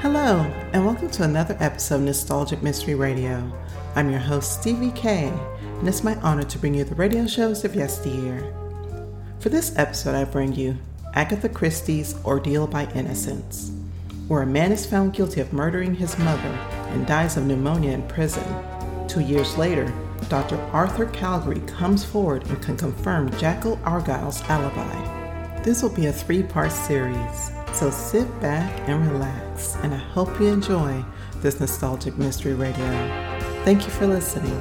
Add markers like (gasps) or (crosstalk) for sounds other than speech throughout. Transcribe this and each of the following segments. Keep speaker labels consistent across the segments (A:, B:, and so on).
A: Hello, and welcome to another episode of Nostalgic Mystery Radio. I'm your host, Stevie K, and it's my honor to bring you the radio shows of yesteryear. For this episode, I bring you Agatha Christie's Ordeal by Innocence, where a man is found guilty of murdering his mother and dies of pneumonia in prison. Two years later, Dr. Arthur Calgary comes forward and can confirm Jackal Argyle's alibi. This will be a three part series, so sit back and relax, and I hope you enjoy this nostalgic mystery radio. Thank you for listening.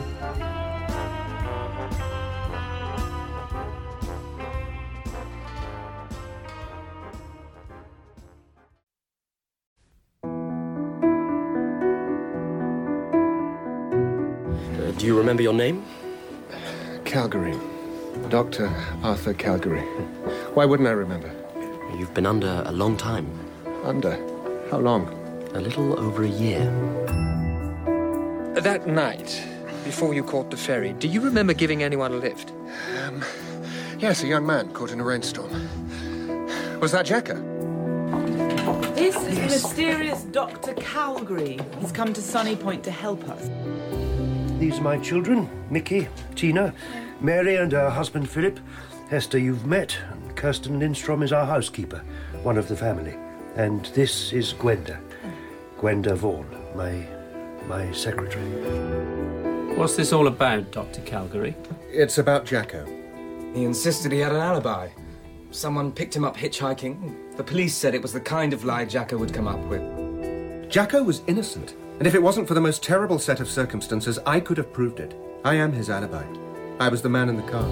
B: Uh, do you remember your name?
C: Calgary. Dr. Arthur Calgary. Why wouldn't I remember?
B: You've been under a long time,
C: Under. How long?
B: a little over a year.
D: That night, before you caught the ferry, do you remember giving anyone a lift?
C: Um, Yes, a young man caught in a rainstorm. Was that Jacker?
E: This is the mysterious Dr. Calgary. He's come to Sunny Point to help us.
F: These are my children Mickey, Tina, Mary, and her husband Philip. Hester, you've met, and Kirsten Lindstrom is our housekeeper, one of the family. And this is Gwenda. Gwenda Vaughan, my my secretary.
G: What's this all about, Dr. Calgary?
C: It's about Jacko.
H: He insisted he had an alibi. Someone picked him up hitchhiking. The police said it was the kind of lie Jacko would come up with.
I: Jacko was innocent, and if it wasn't for the most terrible set of circumstances, I could have proved it. I am his alibi. I was the man in the car.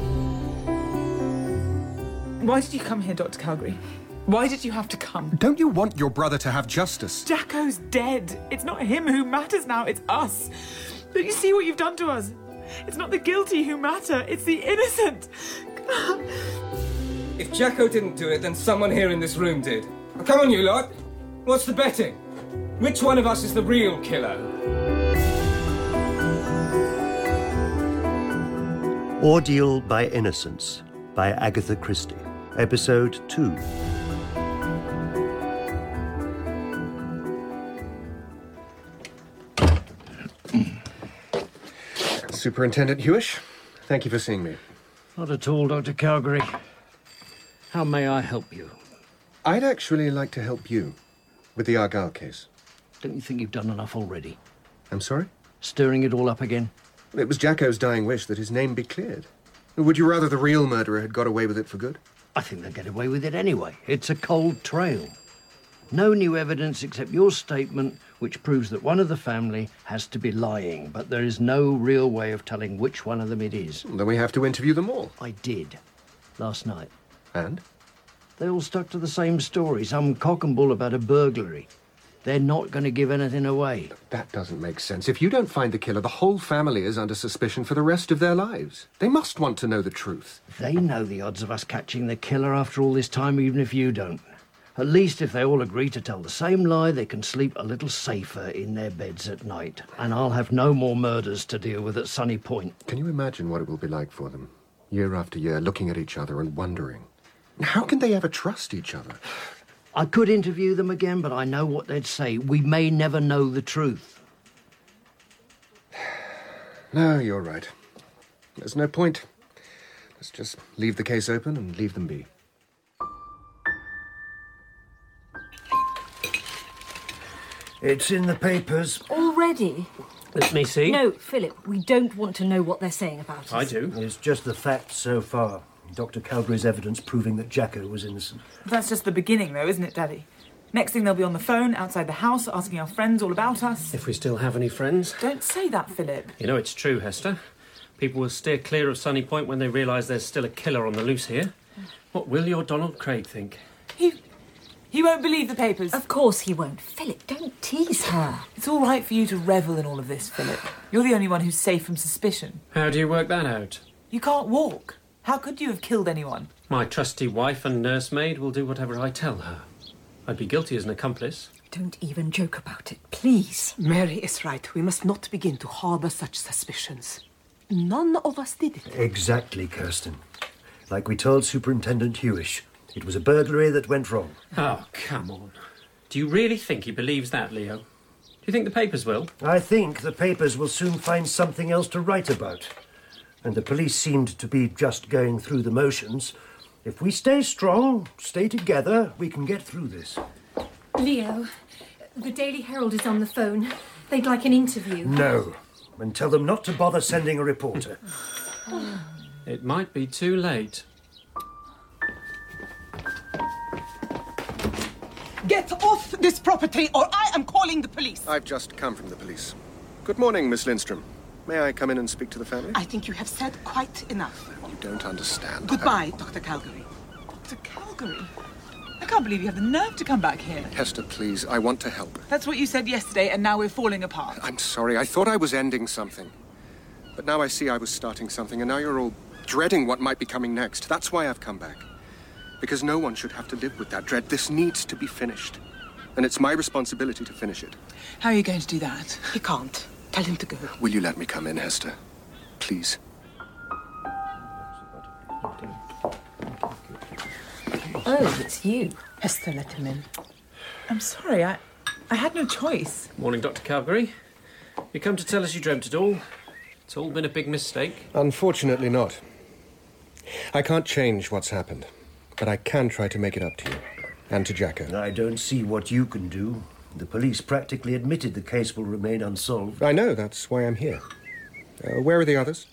E: Why did you come here, Dr. Calgary? Why did you have to come?
I: Don't you want your brother to have justice?
E: Jacko's dead. It's not him who matters now, it's us. Don't you see what you've done to us? It's not the guilty who matter, it's the innocent.
H: If Jacko didn't do it, then someone here in this room did. Come on, you lot. What's the betting? Which one of us is the real killer?
F: Ordeal by Innocence by Agatha Christie. Episode 2.
C: Superintendent Hewish, thank you for seeing me.
G: Not at all, Dr. Calgary. How may I help you?
C: I'd actually like to help you with the Argyle case.
G: Don't you think you've done enough already?
C: I'm sorry?
G: Stirring it all up again?
C: It was Jacko's dying wish that his name be cleared. Would you rather the real murderer had got away with it for good?
G: I think they'll get away with it anyway. It's a cold trail. No new evidence except your statement, which proves that one of the family has to be lying, but there is no real way of telling which one of them it is.
C: Then we have to interview them all.
G: I did last night.
C: And?
G: They all stuck to the same story some cock and bull about a burglary. They're not going to give anything away.
C: That doesn't make sense. If you don't find the killer, the whole family is under suspicion for the rest of their lives. They must want to know the truth.
G: They know the odds of us catching the killer after all this time, even if you don't. At least if they all agree to tell the same lie, they can sleep a little safer in their beds at night. And I'll have no more murders to deal with at Sunny Point.
C: Can you imagine what it will be like for them? Year after year, looking at each other and wondering. How can they ever trust each other?
G: I could interview them again, but I know what they'd say. We may never know the truth.
C: No, you're right. There's no point. Let's just leave the case open and leave them be.
F: It's in the papers.
J: Already?
G: Let me see.
J: No, Philip, we don't want to know what they're saying about us.
G: do.
F: It's just the facts so far. Dr. Calgary's evidence proving that Jacko was innocent.
E: That's just the beginning, though, isn't it, Daddy? Next thing, they'll be on the phone outside the house asking our friends all about us.
G: If we still have any friends.
E: Don't say that, Philip.
K: You know it's true, Hester. People will steer clear of Sunny Point when they realise there's still a killer on the loose here. What will your Donald Craig think?
E: He. He won't believe the papers.
J: Of course he won't. Philip, don't tease her.
E: It's all right for you to revel in all of this, Philip. You're the only one who's safe from suspicion.
K: How do you work that out?
E: You can't walk. How could you have killed anyone?
K: My trusty wife and nursemaid will do whatever I tell her. I'd be guilty as an accomplice.
J: Don't even joke about it, please.
L: Mary is right. We must not begin to harbour such suspicions. None of us did it.
F: Exactly, Kirsten. Like we told Superintendent Hewish, it was a burglary that went wrong.
K: Oh, come on. Do you really think he believes that, Leo? Do you think the papers will?
F: I think the papers will soon find something else to write about. And the police seemed to be just going through the motions. If we stay strong, stay together, we can get through this.
J: Leo, the Daily Herald is on the phone. They'd like an interview.
F: No. And tell them not to bother sending a reporter.
K: It might be too late.
E: Get off this property or I am calling the police.
M: I've just come from the police. Good morning, Miss Lindstrom. May I come in and speak to the family?
E: I think you have said quite enough.
M: You don't understand.
E: Goodbye, Dr. Calgary. Dr. Calgary? I can't believe you have the nerve to come back here.
M: Hester, please, I want to help.
E: That's what you said yesterday, and now we're falling apart.
M: I'm sorry, I thought I was ending something. But now I see I was starting something, and now you're all dreading what might be coming next. That's why I've come back. Because no one should have to live with that dread. This needs to be finished. And it's my responsibility to finish it.
E: How are you going to do that? He can't. Tell him to go.
M: Will you let me come in, Hester? Please.
N: Oh, it's you.
E: Hester let him in. I'm sorry, I, I had no choice.
K: Morning, Dr. Calgary. You come to tell us you dreamt it all. It's all been a big mistake.
C: Unfortunately, not. I can't change what's happened, but I can try to make it up to you and to Jacko.
F: I don't see what you can do. The police practically admitted the case will remain unsolved.
C: I know, that's why I'm here. Uh, where are the others?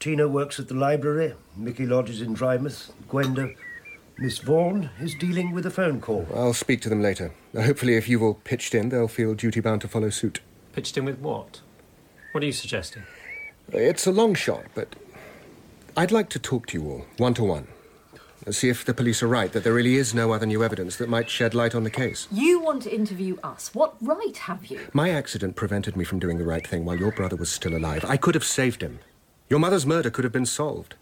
F: Tina works at the library, Mickey lodges in Drymouth, Gwenda. Miss Vaughan is dealing with a phone call.
C: I'll speak to them later. Hopefully, if you've all pitched in, they'll feel duty bound to follow suit.
K: Pitched in with what? What are you suggesting?
C: It's a long shot, but I'd like to talk to you all, one to one. and See if the police are right that there really is no other new evidence that might shed light on the case.
N: You want to interview us. What right have you?
C: My accident prevented me from doing the right thing while your brother was still alive. I could have saved him. Your mother's murder could have been solved.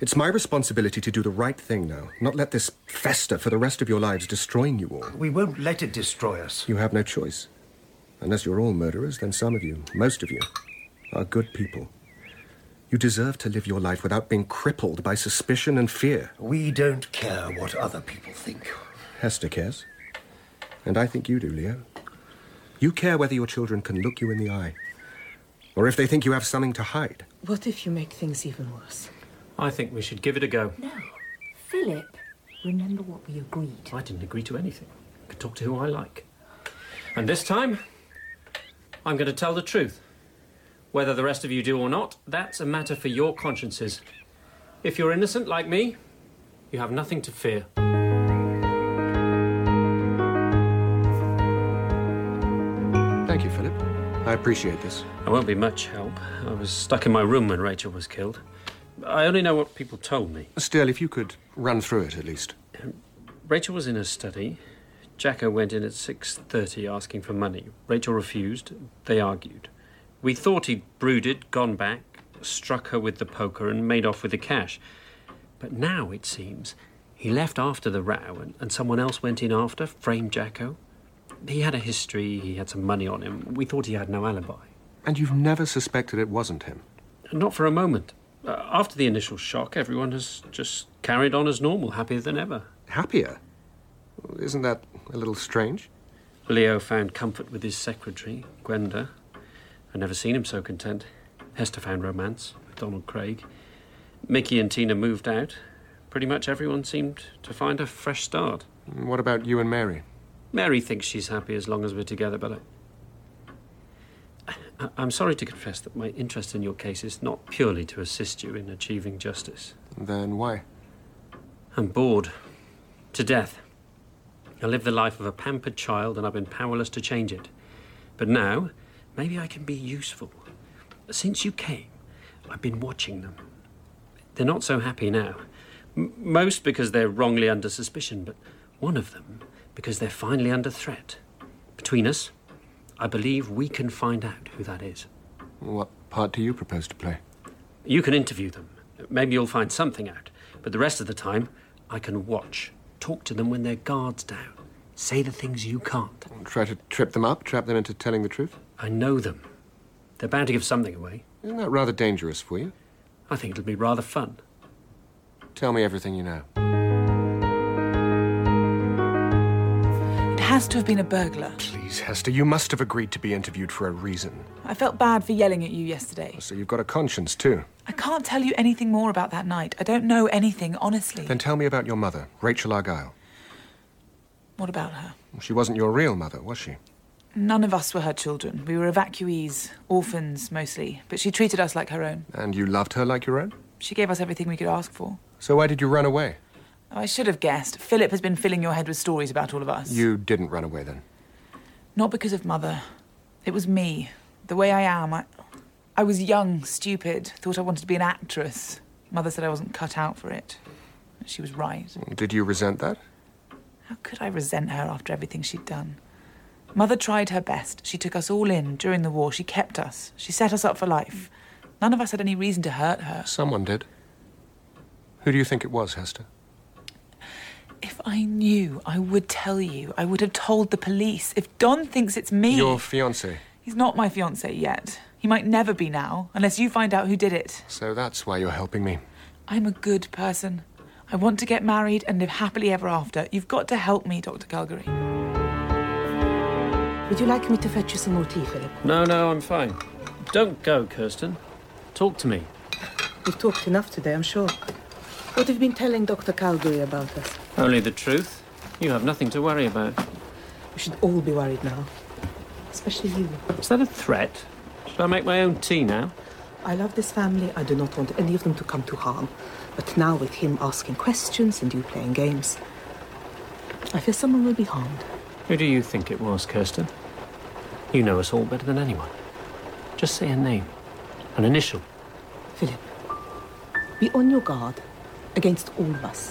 C: It's my responsibility to do the right thing now, not let this fester for the rest of your lives, destroying you all.
F: We won't let it destroy us.
C: You have no choice. Unless you're all murderers, then some of you, most of you, are good people. You deserve to live your life without being crippled by suspicion and fear.
F: We don't care what other people think.
C: Hester cares. And I think you do, Leo. You care whether your children can look you in the eye, or if they think you have something to hide.
L: What if you make things even worse?
K: I think we should give it a go.
N: No. Philip, remember what we agreed.
K: I didn't agree to anything. I could talk to who I like. And this time, I'm going to tell the truth. Whether the rest of you do or not, that's a matter for your consciences. If you're innocent like me, you have nothing to fear.
C: Thank you, Philip. I appreciate this.
K: I won't be much help. I was stuck in my room when Rachel was killed. I only know what people told me.
C: Still, if you could run through it at least.
K: Rachel was in her study. Jacko went in at 6:30 asking for money. Rachel refused. They argued. We thought he'd brooded, gone back, struck her with the poker, and made off with the cash. But now, it seems, he left after the row and, and someone else went in after, framed Jacko. He had a history, he had some money on him. We thought he had no alibi.
C: And you've never suspected it wasn't him?
K: Not for a moment. Uh, after the initial shock, everyone has just carried on as normal, happier than ever.
C: Happier? Isn't that a little strange?
K: Leo found comfort with his secretary, Gwenda. I'd never seen him so content. Hester found romance with Donald Craig. Mickey and Tina moved out. Pretty much everyone seemed to find a fresh start.
C: What about you and Mary?
K: Mary thinks she's happy as long as we're together, but I, I, I'm sorry to confess that my interest in your case is not purely to assist you in achieving justice.
C: Then why?
K: I'm bored. To death. I live the life of a pampered child and I've been powerless to change it. But now, Maybe I can be useful. Since you came, I've been watching them. They're not so happy now. M- most because they're wrongly under suspicion, but one of them because they're finally under threat. Between us, I believe we can find out who that is.
C: What part do you propose to play?
K: You can interview them. Maybe you'll find something out. But the rest of the time, I can watch, talk to them when their guard's down, say the things you can't.
C: Try to trip them up, trap them into telling the truth?
K: I know them. They're bound to give something away.
C: Isn't that rather dangerous for you?
K: I think it'll be rather fun.
C: Tell me everything you know.
E: It has has to have been a burglar.
C: Please, Hester, you must have agreed to be interviewed for a reason.
E: I felt bad for yelling at you yesterday.
C: So you've got a conscience, too.
E: I can't tell you anything more about that night. I don't know anything, honestly.
C: Then tell me about your mother, Rachel Argyle.
E: What about her?
C: She wasn't your real mother, was she?
E: None of us were her children. We were evacuees, orphans mostly, but she treated us like her own.
C: And you loved her like your own?
E: She gave us everything we could ask for.
C: So why did you run away?
E: I should have guessed. Philip has been filling your head with stories about all of us.
C: You didn't run away then.
E: Not because of mother. It was me. The way I am. I, I was young, stupid, thought I wanted to be an actress. Mother said I wasn't cut out for it. She was right.
C: Did you resent that?
E: How could I resent her after everything she'd done? Mother tried her best. She took us all in during the war. She kept us. She set us up for life. None of us had any reason to hurt her.
C: Someone did. Who do you think it was, Hester?
E: If I knew, I would tell you. I would have told the police. If Don thinks it's me.
C: Your fiance.
E: He's not my fiance yet. He might never be now, unless you find out who did it.
C: So that's why you're helping me.
E: I'm a good person. I want to get married and live happily ever after. You've got to help me, Dr. Calgary.
L: Would you like me to fetch you some more tea, Philip?
K: No, no, I'm fine. Don't go, Kirsten. Talk to me.
L: We've talked enough today, I'm sure. What have you been telling Dr. Calgary about us?
K: Only the truth. You have nothing to worry about.
L: We should all be worried now. Especially you.
K: Is that a threat? Should I make my own tea now?
L: I love this family. I do not want any of them to come to harm. But now, with him asking questions and you playing games, I fear someone will be harmed.
K: Who do you think it was, Kirsten? You know us all better than anyone. Just say a name, an initial.
L: Philip, be on your guard against all of us.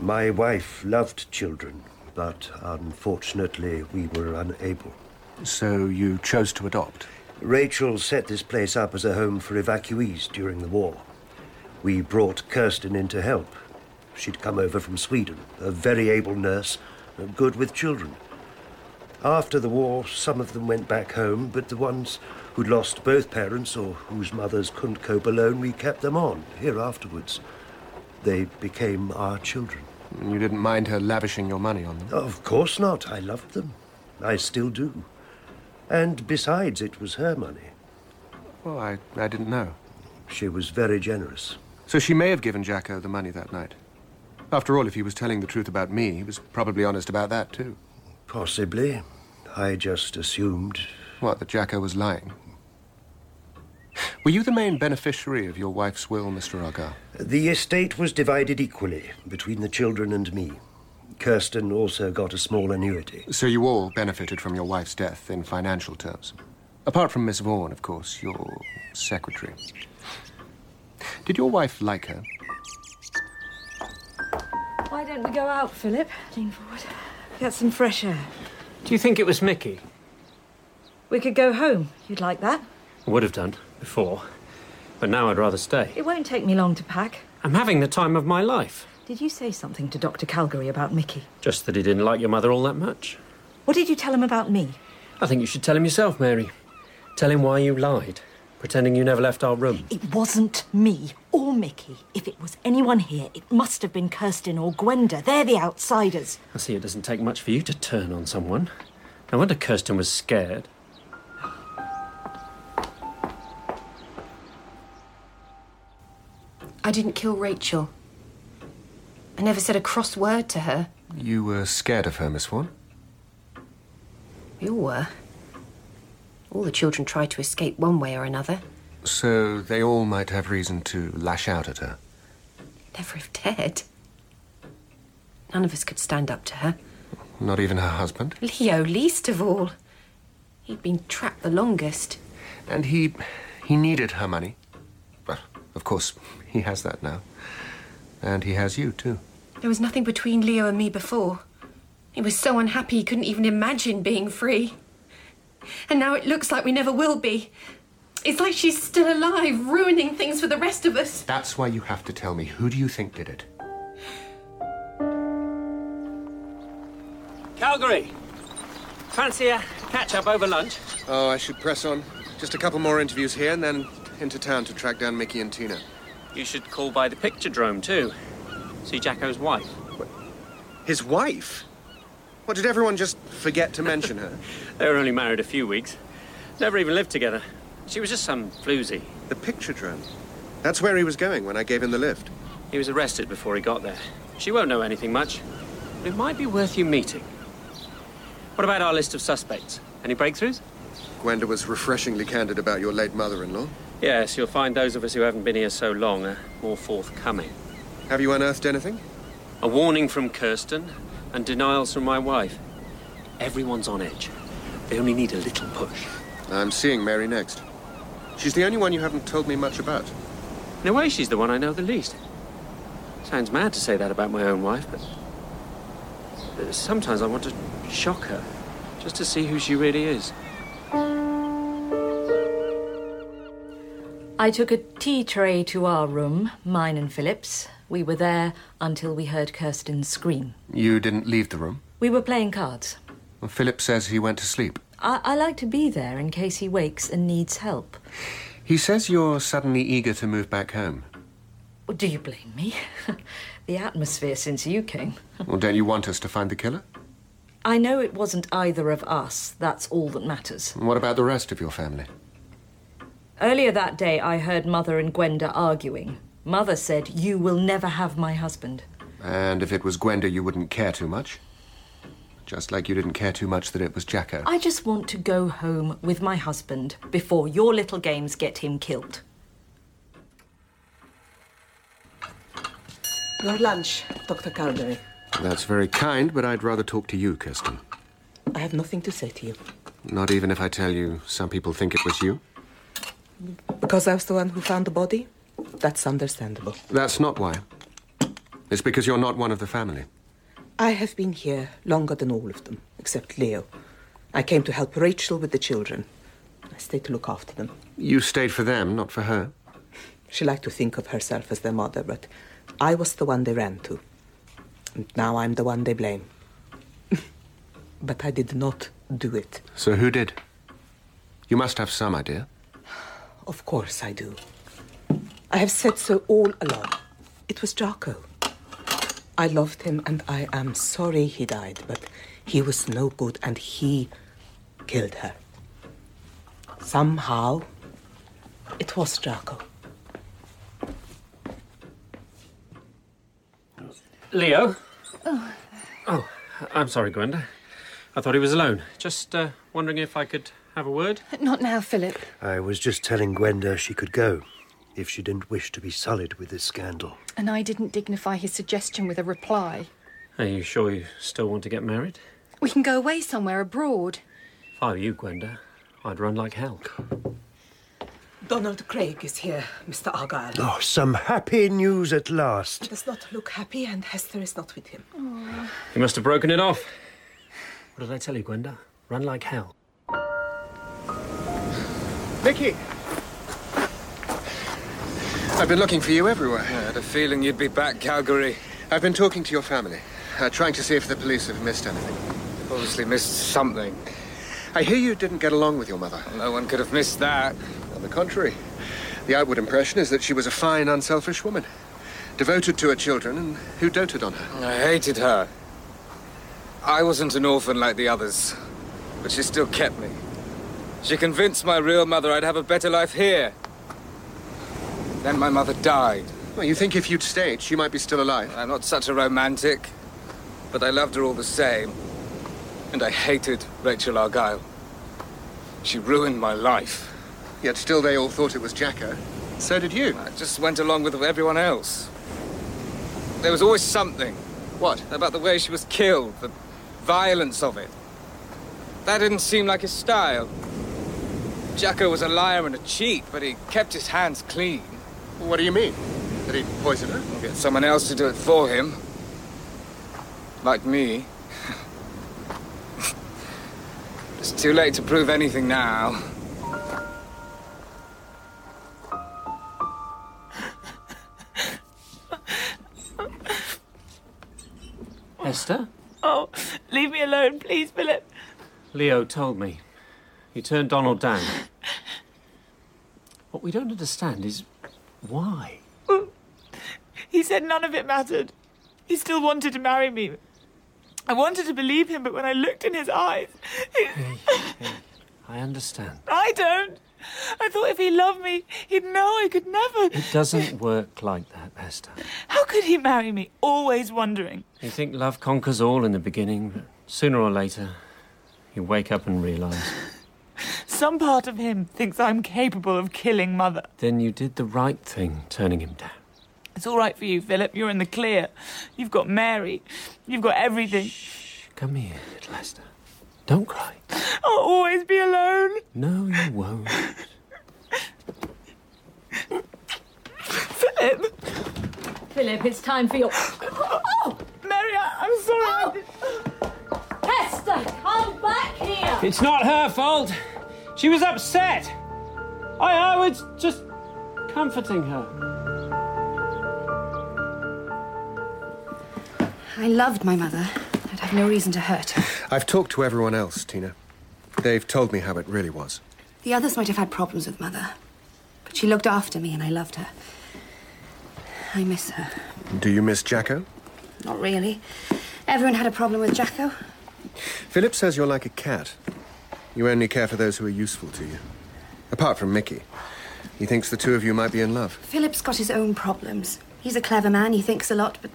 F: My wife loved children, but unfortunately we were unable.
C: So you chose to adopt?
F: Rachel set this place up as a home for evacuees during the war. We brought Kirsten in to help. She'd come over from Sweden, a very able nurse, and good with children. After the war, some of them went back home, but the ones who'd lost both parents or whose mothers couldn't cope alone, we kept them on here afterwards. They became our children.
C: You didn't mind her lavishing your money on them?
F: Of course not. I loved them. I still do. And besides, it was her money.
C: Well, I, I didn't know.
F: She was very generous.
C: So she may have given Jacko the money that night. After all, if he was telling the truth about me, he was probably honest about that, too.
F: Possibly. I just assumed.
C: What, that Jacko was lying? Were you the main beneficiary of your wife's will, Mr. Argyle?
F: The estate was divided equally between the children and me. Kirsten also got a small annuity.
C: So you all benefited from your wife's death in financial terms. Apart from Miss Vaughan, of course, your secretary. Did your wife like her?
J: Why don't we go out, Philip? Lean forward. Get some fresh air.
K: Do you think it was Mickey?
J: We could go home. You'd like that?
K: Would have done before, but now I'd rather stay.
J: It won't take me long to pack.
K: I'm having the time of my life.
J: Did you say something to Dr. Calgary about Mickey?
K: Just that he didn't like your mother all that much.
J: What did you tell him about me?
K: I think you should tell him yourself, Mary. Tell him why you lied, pretending you never left our room.
J: It wasn't me or Mickey. If it was anyone here, it must have been Kirsten or Gwenda. They're the outsiders.
K: I see it doesn't take much for you to turn on someone. No wonder Kirsten was scared.
O: I didn't kill Rachel. I never said a cross word to her.
C: You were scared of her, Miss Vaughan?
O: We all were. All the children tried to escape one way or another.
C: So they all might have reason to lash out at her.
O: Never have dared. None of us could stand up to her.
C: Not even her husband?
O: Leo, least of all. He'd been trapped the longest.
C: And he. he needed her money. Well, of course, he has that now. And he has you, too.
O: There was nothing between Leo and me before. He was so unhappy he couldn't even imagine being free. And now it looks like we never will be. It's like she's still alive, ruining things for the rest of us.
C: That's why you have to tell me who do you think did it?
K: Calgary! Fancy a catch up over lunch?
M: Oh, I should press on. Just a couple more interviews here and then into town to track down Mickey and Tina.
K: You should call by the picture drome, too. See Jacko's wife.
M: His wife? What, did everyone just forget to mention her?
K: (laughs) They were only married a few weeks. Never even lived together. She was just some floozy. The picture drone.
M: That's where he was going when I gave him the lift.
K: He was arrested before he got there. She won't know anything much. But it might be worth you meeting. What about our list of suspects? Any breakthroughs?
M: Gwenda was refreshingly candid about your late mother in law.
K: Yes, you'll find those of us who haven't been here so long are more forthcoming.
M: Have you unearthed anything?
K: A warning from Kirsten and denials from my wife. Everyone's on edge. They only need a little push.
M: I'm seeing Mary next. She's the only one you haven't told me much about.
K: In a way, she's the one I know the least. Sounds mad to say that about my own wife, but but sometimes I want to shock her just to see who she really is.
J: I took a tea tray to our room, mine and Philip's. We were there until we heard Kirsten scream.
M: You didn't leave the room?
J: We were playing cards.
M: Well, Philip says he went to sleep.
J: I, I like to be there in case he wakes and needs help.
M: He says you're suddenly eager to move back home.
J: Well, Oh, Do you blame me? (laughs) the atmosphere since you came.
M: Well, don't you want us to find the killer?
J: I know it wasn't either of us. That's all that matters.
M: And What about the rest of your family?
J: Earlier that day, I heard Mother and Gwenda arguing. Mother said, You will never have my husband.
M: And if it was Gwenda, you wouldn't care too much. Just like you didn't care too much that it was Jacko.
J: I just want to go home with my husband before your little games get him killed.
L: Your lunch, Dr. Caldery.
C: That's very kind, but I'd rather talk to you, Kirsten.
L: I have nothing to say to you.
C: Not even if I tell you some people think it was you.
L: Because I was the one who found the body? That's understandable.
C: That's not why. It's because you're not one of the family.
L: I have been here longer than all of them, except Leo. I came to help Rachel with the children. I stayed to look after them.
C: You stayed for them, not for her.
L: She liked to think of herself as their mother, but I was the one they ran to. And now I'm the one they blame. (laughs) but I did not do it.
C: So who did? You must have some idea.
L: Of course I do. I have said so all along. It was Jocko. I loved him and I am sorry he died, but he was no good and he killed her. Somehow, it was Jocko.
K: Leo? Oh, I'm sorry, Gwenda. I thought he was alone. Just uh, wondering if I could have a word.
O: Not now, Philip.
F: I was just telling Gwenda she could go if she didn't wish to be sullied with this scandal.
O: And I didn't dignify his suggestion with a reply.
K: Are you sure you still want to get married?
O: We can go away somewhere abroad.
K: If I were you, Gwenda, I'd run like hell.
L: Donald Craig is here, Mr. Argyle.
F: Oh, some happy news at last.
L: He does not look happy, and Hester is not with him.
P: Oh.
K: You must have broken it off. What did I tell you, Gwenda? Run like hell.
M: Mickey! I've been looking for you everywhere. I
H: had a feeling you'd be back, Calgary.
M: I've been talking to your family, uh, trying to see if the police have missed anything.
H: Obviously missed something.
M: I hear you didn't get along with your mother.
H: No one could have missed that.
M: On the contrary, the outward impression is that she was a fine, unselfish woman, devoted to her children and who doted on her.
H: I hated her. I wasn't an orphan like the others, but she still kept me. She convinced my real mother I'd have a better life here. Then my mother died.
M: Well, you think if you'd stayed, she might be still alive.
H: I'm not such a romantic, but I loved her all the same. And I hated Rachel Argyle. She ruined my life.
M: Yet still they all thought it was Jacko. So did you.
H: I just went along with everyone else. There was always something.
M: What?
H: About the way she was killed, the violence of it. That didn't seem like his style. Jacko was a liar and a cheat, but he kept his hands clean.
M: What do you mean? That he poisoned her?
H: We'll get someone else to do it for him. Like me. (laughs) it's too late to prove anything now.
K: Esther?
I: Oh, leave me alone, please, Philip.
K: Leo told me. You turned Donald down. What we don't understand is why.
I: He said none of it mattered. He still wanted to marry me. I wanted to believe him, but when I looked in his eyes,
K: I understand.
I: I don't. I thought if he loved me, he'd know I could never.
K: It doesn't work like that, Esther.
I: How could he marry me? Always wondering.
K: You think love conquers all in the beginning, but sooner or later, you wake up and realize.
I: Some part of him thinks I'm capable of killing Mother.
K: Then you did the right thing turning him down.
I: It's all right for you, Philip. You're in the clear. You've got Mary. You've got everything.
K: Come here, little Esther. Don't cry.
I: I'll always be alone.
K: No, you won't.
I: Philip!
J: Philip, it's time for your.
I: Oh, Mary, I- I'm sorry.
J: Oh! Hester, come back here!
Q: It's not her fault. She was upset. I, I was just comforting her.
R: I loved my mother. I'd have no reason to hurt her.
C: I've talked to everyone else, Tina. They've told me how it really was.
R: The others might have had problems with mother, but she looked after me and I loved her. I miss her.
C: Do you miss Jacko?
R: Not really. Everyone had a problem with Jacko.
C: Philip says you're like a cat. You only care for those who are useful to you. Apart from Mickey. He thinks the two of you might be in love.
R: Philip's got his own problems. He's a clever man, he thinks a lot, but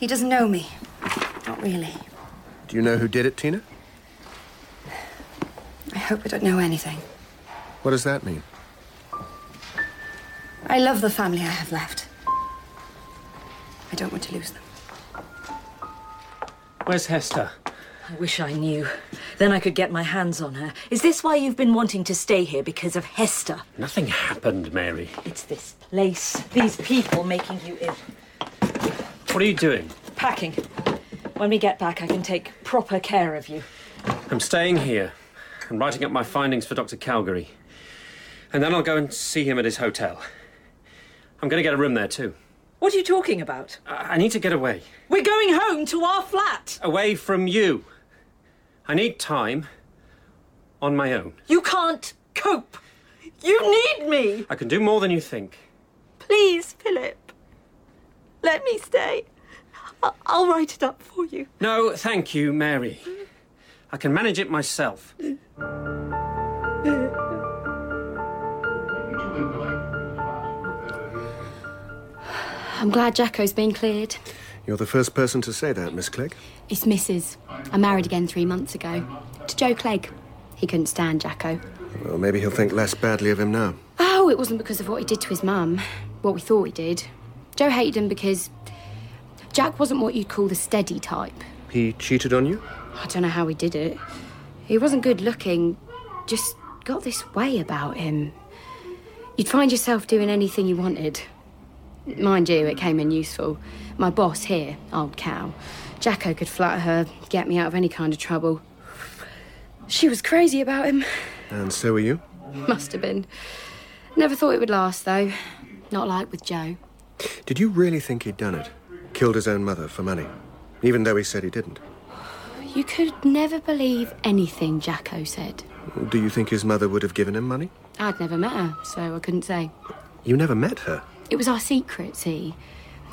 R: he doesn't know me. Not really.
C: Do you know who did it, Tina?
R: I hope I don't know anything.
C: What does that mean?
R: I love the family I have left. I don't want to lose them.
Q: Where's Hester?
J: I wish I knew. Then I could get my hands on her. Is this why you've been wanting to stay here because of Hester?
K: Nothing happened, Mary.
J: It's this place, these people making you ill.
K: What are you doing?
J: Packing. When we get back, I can take proper care of you.
K: I'm staying here. I'm writing up my findings for Dr. Calgary. And then I'll go and see him at his hotel. I'm going to get a room there, too.
J: What are you talking about?
Q: Uh.
K: I I need to get away.
J: We're going home to our flat.
K: Away from you. I need time on my own.
J: You can't cope. You need me.
K: I can do more than you think.
S: Please, Philip. Let me stay. I- I'll write it up for you.
K: No, thank you, Mary. I can manage it myself.
T: I'm glad Jacko's been cleared.
C: You're the first person to say that, Miss Clegg.
T: It's Mrs. I married again three months ago to Joe Clegg. He couldn't stand Jacko.
C: Well, maybe he'll think less badly of him now.
T: Oh, it wasn't because of what he did to his mum, what we thought he did. Joe hated him because Jack wasn't what you'd call the steady type.
C: He cheated on you?
T: I don't know how he did it. He wasn't good looking, just got this way about him. You'd find yourself doing anything you wanted. Mind you, it came in useful. My boss here, old cow, Jacko could flatter her, get me out of any kind of trouble. She was crazy about him. (laughs)
C: And so are you?
T: Must have been. Never thought it would last, though. Not like with Joe.
C: Did you really think he'd done it? Killed his own mother for money, even though he said he didn't.
T: You could never believe anything Jacko said.
C: Do you think his mother would have given him money?
T: I'd never met her, so I couldn't say.
C: You never met her.
T: It was our secret, see.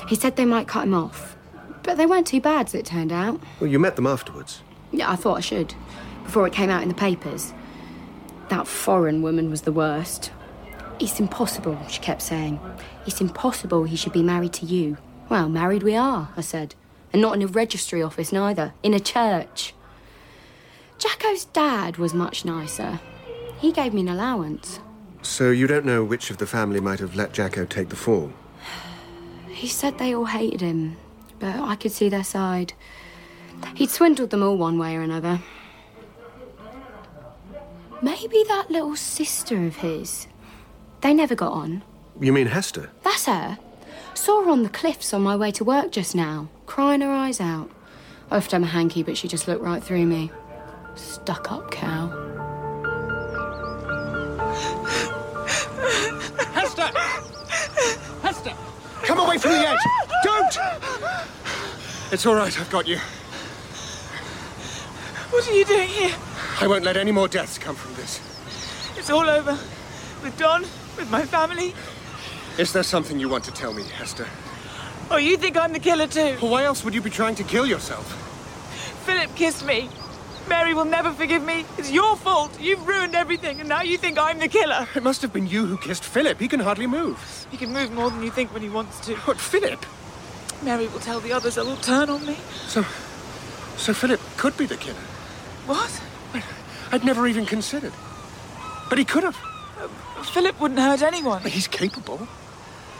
T: He said they might cut him off. But they weren't too bad, as it turned out.
C: Well, you met them afterwards.
T: Yeah, I thought I should, before it came out in the papers. That foreign woman was the worst. It's impossible, she kept saying. It's impossible he should be married to you. Well, married we are, I said. And not in a registry office neither, in a church. Jacko's dad was much nicer. He gave me an allowance.
C: So you don't know which of the family might have let Jacko take the fall.
T: He said they all hated him, but I could see their side. He'd swindled them all one way or another. Maybe that little sister of his. They never got on.
C: You mean Hester?
T: That's her. Saw her on the cliffs on my way to work just now, crying her eyes out. I offered her my hanky, but she just looked right through me. Stuck up cow.
Q: Hester! Hester!
M: Come away from the edge! Don't! It's all right, I've got you.
I: (laughs) What are you doing here?
M: I won't let any more deaths come from this.
I: It's all over. With Don, with my family.
M: Is there something you want to tell me, Hester?
I: Oh, you think I'm the killer too?
M: Why else would you be trying to kill yourself?
I: Philip kissed me. Mary will never forgive me. It's your fault. You've ruined everything, and now you think I'm the killer.
C: It must have been you who kissed Philip. He can hardly move.
I: He can move more than you think when he wants to.
C: But Philip?
I: Mary will tell the others they'll all turn on me.
C: So. So Philip could be the killer.
I: What?
C: I'd never even considered. But he could have.
I: Uh, Philip wouldn't hurt anyone.
C: But he's capable.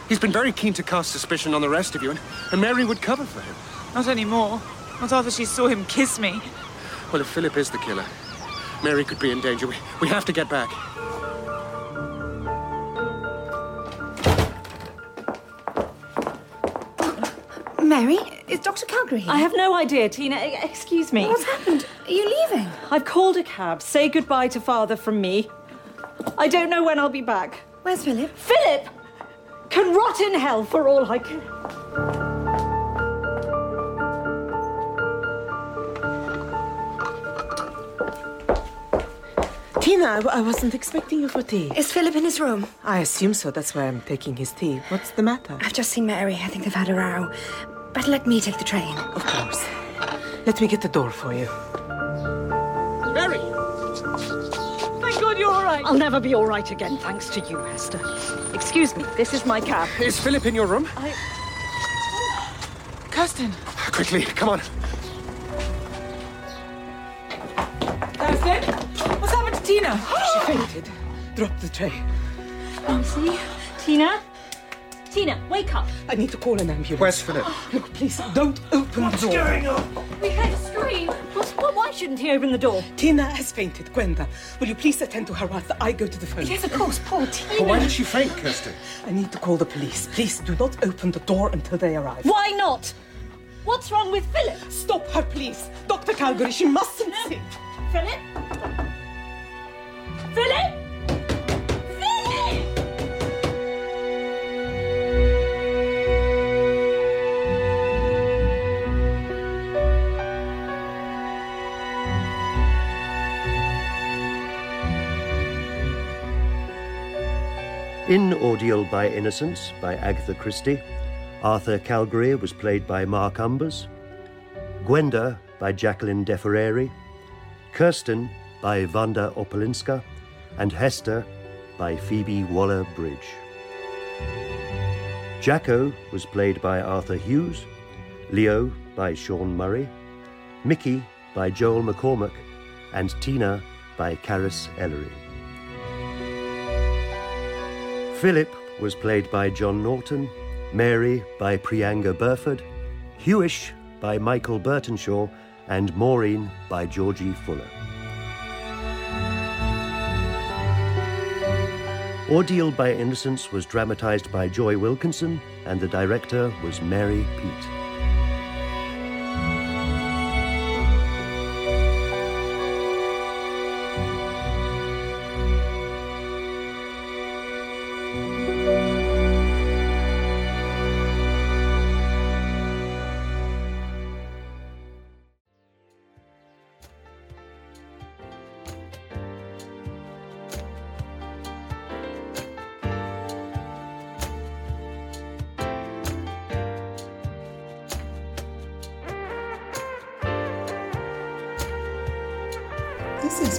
C: He's been very keen to cast suspicion on the rest of you, and, and Mary would cover for him.
I: Not anymore. Not after she saw him kiss me.
C: Well, if Philip is the killer, Mary could be in danger. We, we have to get back.
P: Mary, is Dr. Calgary here?
J: I have no idea, Tina. E- Excuse me.
P: What's happened? Are you leaving?
J: I've called a cab. Say goodbye to father from me. I don't know when I'll be back.
P: Where's Philip?
J: Philip can rot in hell for all I can.
L: Tina, I, I wasn't expecting you for tea.
P: Is Philip in his room?
L: I assume so. That's why I'm taking his tea. What's the matter?
P: I've just seen Mary. I think they've had a row. But let me take the train.
L: Of course. Let me get the door for you.
C: Mary!
J: Thank God you're all right. I'll never be all right again, thanks to you, Hester. Excuse me, this is my cab.
C: Is Philip in your room?
I: Kirsten!
C: Quickly, come on.
I: Kirsten! What's happened to Tina?
L: She fainted. Drop the tray.
J: Mumsy? Tina? Tina, wake up.
L: I need to call an ambulance.
J: (gasps)
C: Where's Philip?
L: Look, please, don't open the door.
F: on?
J: We heard a scream. What, what, why shouldn't he open the door?
L: Tina has fainted. Gwenda, will you please attend to her whilst I go to the phone?
J: Yes, of course, poor Tina.
U: But why did she faint, Kirsten?
L: I need to call the police. Please do not open the door until they arrive.
J: Why not? What's wrong with Philip?
L: Stop her, please. Dr. Calgary, she mustn't see.
J: Philip? Philip? Philip!
F: In Ordeal by Innocence by Agatha Christie, Arthur Calgary was played by Mark Umbers, Gwenda by Jacqueline Defereri, Kirsten by Wanda Opolinska, and Hester by Phoebe Waller Bridge. Jacko was played by Arthur Hughes, Leo by Sean Murray, Mickey by Joel McCormack, and Tina by Karis Ellery. Philip was played by John Norton, Mary by Priyanka Burford, Hewish by Michael Burtonshaw, and Maureen by Georgie Fuller. Ordeal by Innocence was dramatized by Joy Wilkinson, and the director was Mary Pete.
A: This has